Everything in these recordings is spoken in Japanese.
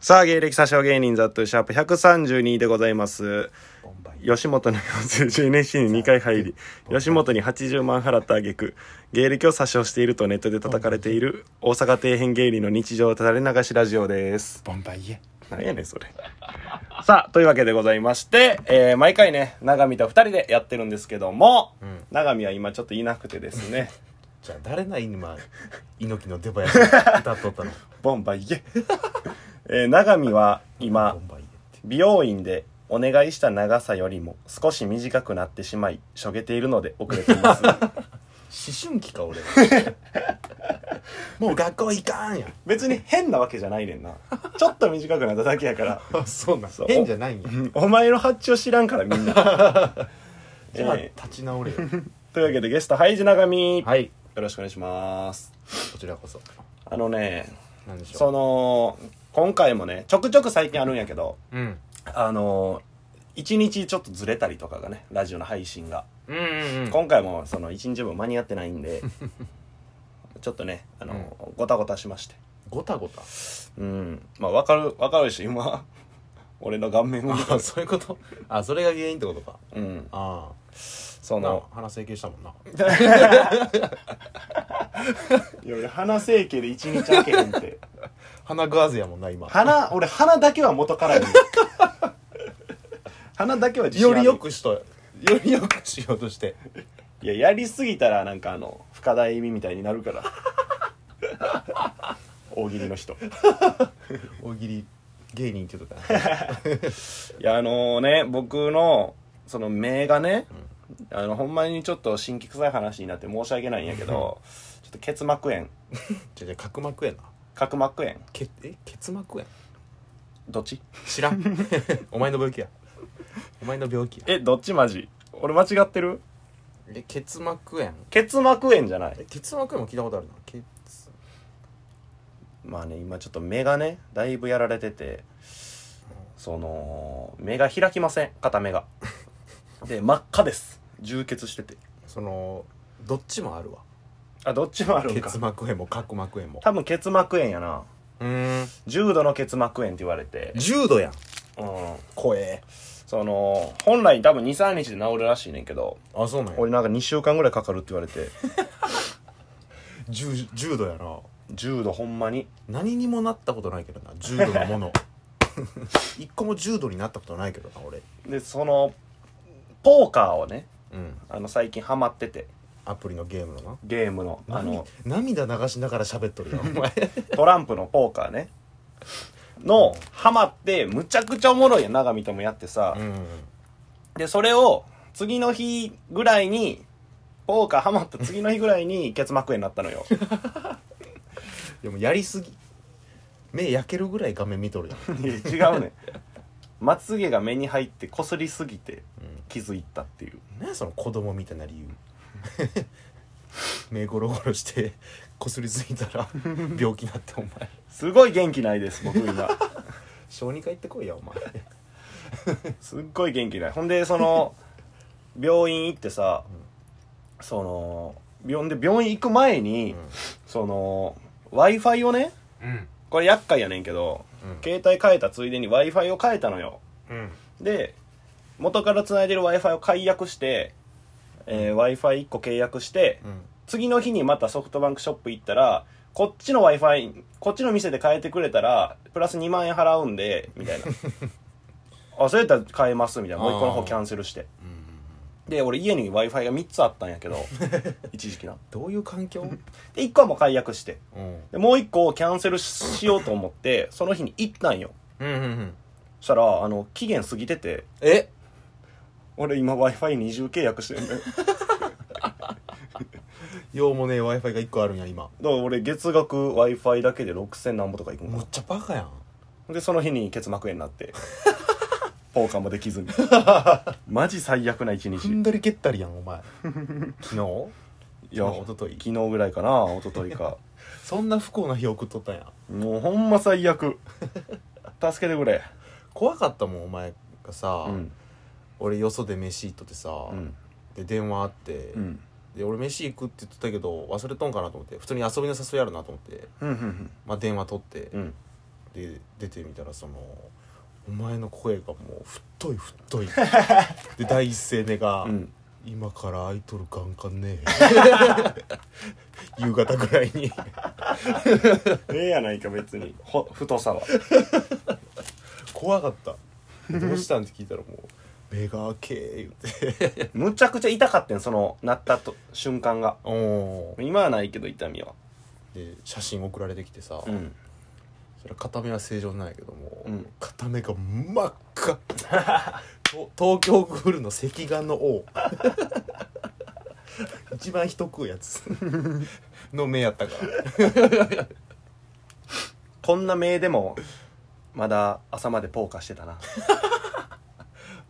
さあ、芸歴詐称芸人ザットシャープ132でございます。ボンバイ吉本の養成 NSC に2回入り、吉本に80万払った挙句、芸歴を詐称しているとネットで叩かれている、大阪底辺芸人の日常垂れ流しラジオです。ボンバイエなんやねん、 それ。さあ、というわけでございまして、えー毎回ね、長見と2人でやってるんですけども、ん長見は今ちょっといなくてですね、じゃあ誰な今猪木の出囃子歌っと ったのボンバイ ゲ。えー長見は今ボ、ンバイエって美容院でお願いした長さよりも少し短くなってしまいしょげているので遅れています思春期か俺 もう学校行かんや 別に変なわけじゃないね んなちょっと短くなっただけやからあそうなんそう変じゃないんやお前の発注知らんからみん な、じゃあえ立ち直れよ ーというわけでゲストハイジ長見、はいよろしくお願いしますこちらこそあのね何でしそょの今回もねちょくちょく最近あるんやけどううんあの1日ちょっとずれたりとかがねラジオの配信がうんうんう ん今回もその1日分間に合ってないん でちょっとねあの、ごたごたしましてごたごたうんまあわかるわかるし今 俺の顔面を見た あそういうことあそれが原因ってことかうんあそあなの鼻整形したもんない や俺鼻整形で1日開けへんって鼻食わずやもんな今鼻俺鼻だけは元から やねん鼻だけは自信あよるりよくしとよりよくしようとしていややりすぎたらなんかあの深田意味みたいになるから 大喜利の人 大喜利芸人って言うとった ないやあのね僕のその目がね、あのほんまにちょっと新規臭い話になって申し訳ないんやけどちょっと結膜炎じゃあじゃあ角膜やな角膜炎けえ結膜炎どっち知らん お前の病気やお前の病気やえどっちマジ俺間違ってるえ結膜炎結膜炎じゃないえ結膜炎も聞いたことあるな結まあね今ちょっと目がねだいぶやられててその目が開きません片 目がで真っ赤です充血しててそのどっちもあるわあどっちもあるんか結膜炎も角膜炎も多分結膜炎やなうーん重度の結膜炎って言われて重度やんうん怖えその本来多分23日で治るらしいねんけどあそうなんや俺なんか2週間ぐらいかかるって言われて重重度やな重度ほんまに何にもなったことないけどな重度のもの 一個も重度になったことないけどな俺でそのポーカーをねうんあの最近ハマっててアプリのゲームのなゲームのあの涙涙流しながら喋っとるよお前トランプのポーカーねのハマってむちゃくちゃおもろいやん永見ともやってさ、 うんでそれを次の日ぐらいにポーカーハマった次の日ぐらいに結膜炎になったのよでもやりすぎ目焼けるぐらい画面見とるやんいや違うねんまつげが目に入ってこすりすぎてうん気づいたっていう何やその子供みたいな理由 目ゴロゴロしてこすりすぎたら病気になってお前すごい元気ないです僕 今小児科行ってこいやお前すっごい元気ないほんでその病院行ってさ、その病んで病院行く前に、その w i f i をねうんこれ厄介やねんけど、うん携帯変えたついでに w i f i を変えたのようんで元から繋いでる w i f i を解約して、え w i f i 1個契約して、うん次の日にまたソフトバンクショップ行ったらこっちの w i f i こっちの店で変えてくれたらプラス2万円払うんでみた いなあそうやったら変えますみたいなもう一個のあ方ーキャンセルしてで俺家に w i f i が3つあったんや けど一時期などういう環境で1個はもう解約してうんでもう1個をキャンセルしようと思ってその日に行ったんようんうんそしたらあの期限過ぎててえ俺今 w i f i 二重契約してるの よだか用もね w i f i が1個あるんや今ら俺月額 w i f i だけで6000何本とかいくんむかっちゃバカやんなでその日に結膜炎になって ポーカーもできず にマジ最悪な一踏日んだり蹴ったりやんお前 昨日いや昨日一昨日昨日ぐらいかな一昨日 かそんな不幸な日送っとったんやもうほんま最悪助けてくれ怖かったもんお前がさ、うん俺よそで飯行っとってさ、うんで電話あって、うんで俺飯行くって言ってたけど忘れとんかなと思って普通に遊びの誘いあるなと思って、うんうんまあ、電話取って、うんで出てみたらそのお前の声がもう太い太 いで第一声目が、うん今からアイドルガンかねえ 夕方ぐらいにええやないか別にほ太さは怖かったどうしたんって聞いたらもう目が開けー言ってむちゃくちゃ痛かったんそのなったと瞬間がおお今はないけど痛みはで写真送られてきてさ、うんそれ片目は正常なんやけども、うん片目が真っ 赤と東京グールの赤眼の王 一番人食うやつ の目やったからこんな目でもまだ朝までポーカーしてた な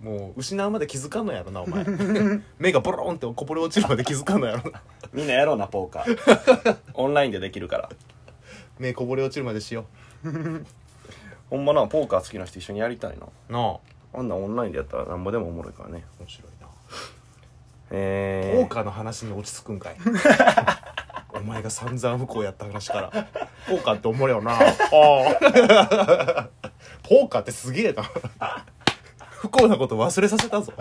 もう失うまで気づかんのやろなお 前目がボロンってこぼれ落ちるまで気づかんのやろなみんなやろうなポーカー オンラインでできるから目こぼれ落ちるまでしよほんまなポーカー好きな人一緒にやりたいなうなあ面あんなんオンラインでやったらなんぼでもおもろいからね白いなえポー、ーカーの話に落ち着くんか いお前が散々不幸やった話 からポーカーっておもろいよ なああポーカーってすげえな不幸なこと忘れさせ たぞ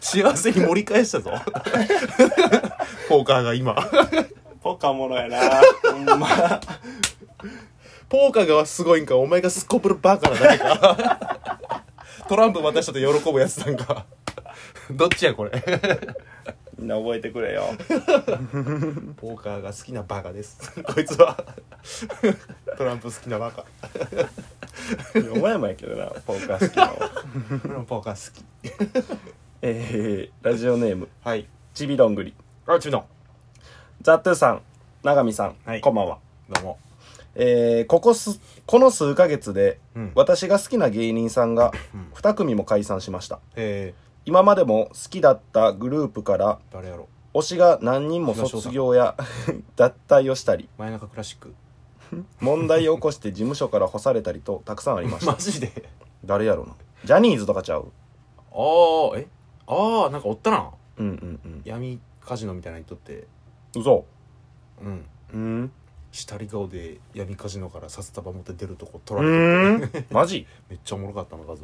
幸せに盛り返したぞポーカーが今ポーカーおもろいなほんまポーカーがすごいんかお前がすこぶるバカなだけか トランプ渡したと喜ぶやつなんかどっちやこれみんな覚えてくれよポーカーが好きなバカです こいつはトランプ好きなバカお前もやけどなポーカー好きなのは俺もポーカー好きえー、ラジオネームはいちびどんぐりあちみのザ・トゥさん永見さん、はいこんばんはどうもえーここすこの数ヶ月で、うん私が好きな芸人さんが2組も解散しましたえ今までも好きだったグループからー、誰やろ推しが何人も卒業や脱退をしたり前中クラシック問題を起こして事務所から干されたりとたくさんありましたマジで誰やろなジャニーズとかちゃうああえああなんかおったなうんうんうん闇カジノみたいなのにとって嘘うんうん下り顔で闇カジノから札束持って出るとこう取られてーんマジめっちゃおもろかったな画像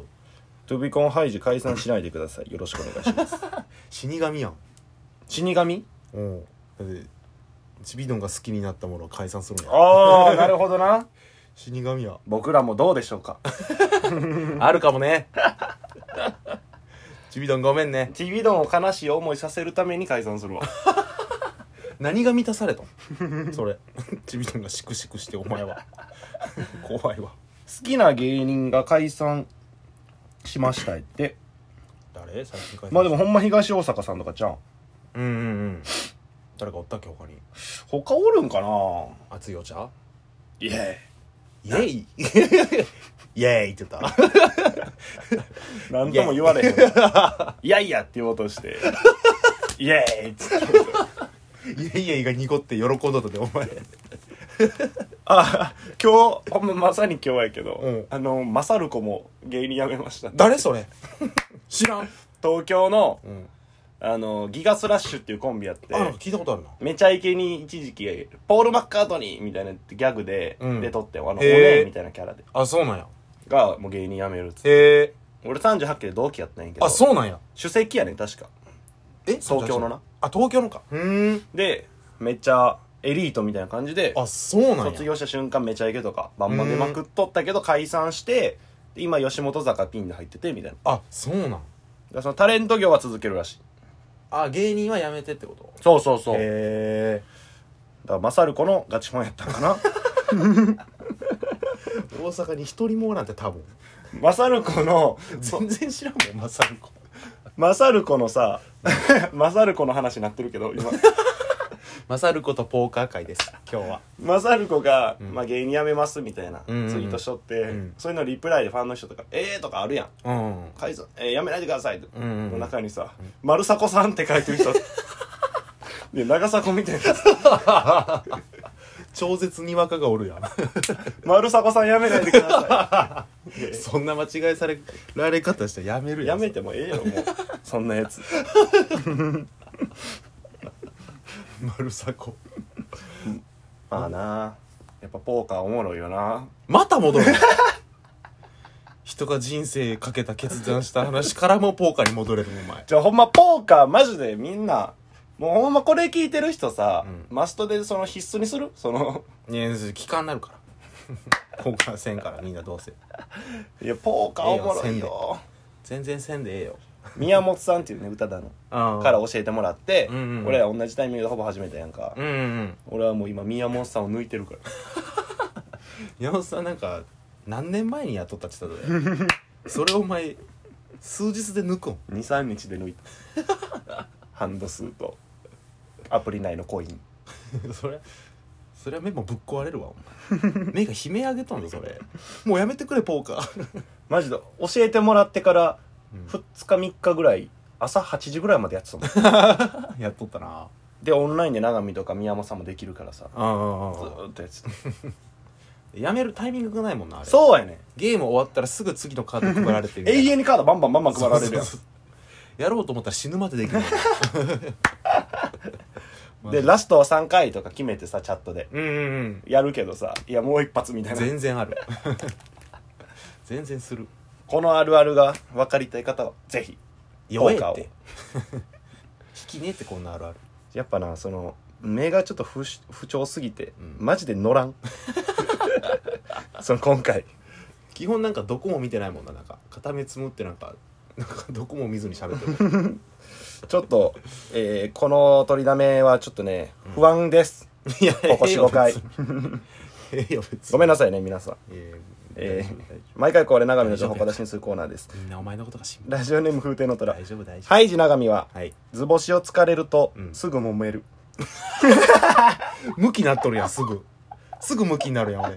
トゥビコンハイジ解散しないでくださいよろしくお願いします死神やん死神うんだってちびどんが好きになったものを解散するんやああなるほどな死神や僕らもどうでしょうかあるかもね。 ちびどんごめんね。 t v ドンを悲しい思いさせるために解散するわ何が満たされたのそれ。ちびどんがシクシクしてお前は。 怖いわ。好きな芸人が解散しましたって誰最近書いてまあでもほんま東大阪さんとかちゃんうんうんうん。誰かおったっけ他に。他おるんかな熱いお茶いえイェ イイェイって言った。何とも言われへんいやいやって言おうとしてイエーイっつってイェイイェイが濁って喜んどったでお前。あ今日ほんままさに今日やけど、うんあのマサルコも芸人辞めました誰それ知らん。東京のうん。あのギガスラッシュっていうコンビやってあ、なんか聞いたことあるな。めちゃイケに一時期ポール・マッカートニーみたいなギャグで、うんで撮ってんあのおへーねえみたいなキャラであ、そうなんや。がもう芸人辞めるっつってへえ。俺38期で同期やったんやけどあ、そうなんや。主席やねん確かえ東京のな。あ、東京のか。うん。でめっちゃエリートみたいな感じであ、そうなんや。卒業した瞬間めちゃイケとかバンバン出まくっとったけど解散してで今吉本坂ピンで入っててみたいなだかあそうなんらそのタレント業は続けるらしいあ芸人はやめてってことそうそうそうだかへらマサルコのガチファンやったんか なえ大阪に一人もおらんって多分マサルコの全然知らんもんマサルコマサルコのさ マサルコの話になってるけど 今マサルコとポーカー会です今日はマサルコが、まあ、芸人辞めますみたいなツイうんうんうんートしとって、んそういうのリプライでファンの人とか「えー」とかあるやん「解散えー、やめないでください」って、うんうんうんの中にさ「丸迫さん」って書いてる 人で長迫みたいな超絶にわかがおるやん「丸迫さんやめないでくださそんな間違いされられ方したらやめるい」ややんめてもええよもうそんなやつ丸迫まあなやっぱポーカーおもろいよなまた戻る 人が人生かけた決断した話からもポーカーに戻れるのお前じゃあほんまポーカーマジでみんなもうほんまこれ聞いてる人さ、うマストでその必須にするその年数期間になるから ポーカーせんからみんなどうせいやポーカーおもろいよ全然せんでええよ宮本さんっていうね歌だのあから教えてもらって、うんうんうん俺ら同じタイミングでほぼ始めたやんか、うんうんうん俺はもう今宮本さんを抜いてるから山本さんなんか何年前に雇ったって言ってたでそれお前数日で抜くん23日で抜いたハンド数とアプリ内のコイン それそれは目もぶっ壊れるわお前目が悲鳴上げとんだそれもうやめてくれポーカー マジで教えてもらってからうん2日3日ぐらい朝8時ぐらいまでやってたも んやっとったなでオンラインで永見とか宮本さんもできるからさずあーっとやってたやめるタイミングがないもんなあれそうやねんゲーム終わったらすぐ次のカード配られて る永遠にカードバンバンバンバン配られるやんそうそうそうやろうと思ったら死ぬまでで きない マジでラストは3回とか決めてさチャットでうんう んうんやるけどさいやもう一発みたいな全然 ある全然するこのあるあるが分かりたい方はぜひ弱えポーっカーをて引きねえってこんなあるあるやっぱなその目がちょっと不し不調すぎて、うんマジで乗 らんその今回基本なんかどこも見てないもんななんか片目つむってなんかなんか どこも見ずに喋ってるちょっと、えーこの取りだめはちょっとね不安 です、いやここええよ45回 別にええよ別にごめんななさいね皆さん、えええー大丈夫大丈毎回これ長見の情報を小出しにするコーナーです夫みんなお前のことが心配ラジオネーム風亭の虎大丈夫大丈夫ハイジ長見ははい図星を突かれると、うんすぐ揉める向きになっとるやんすぐすぐ向きになるやん俺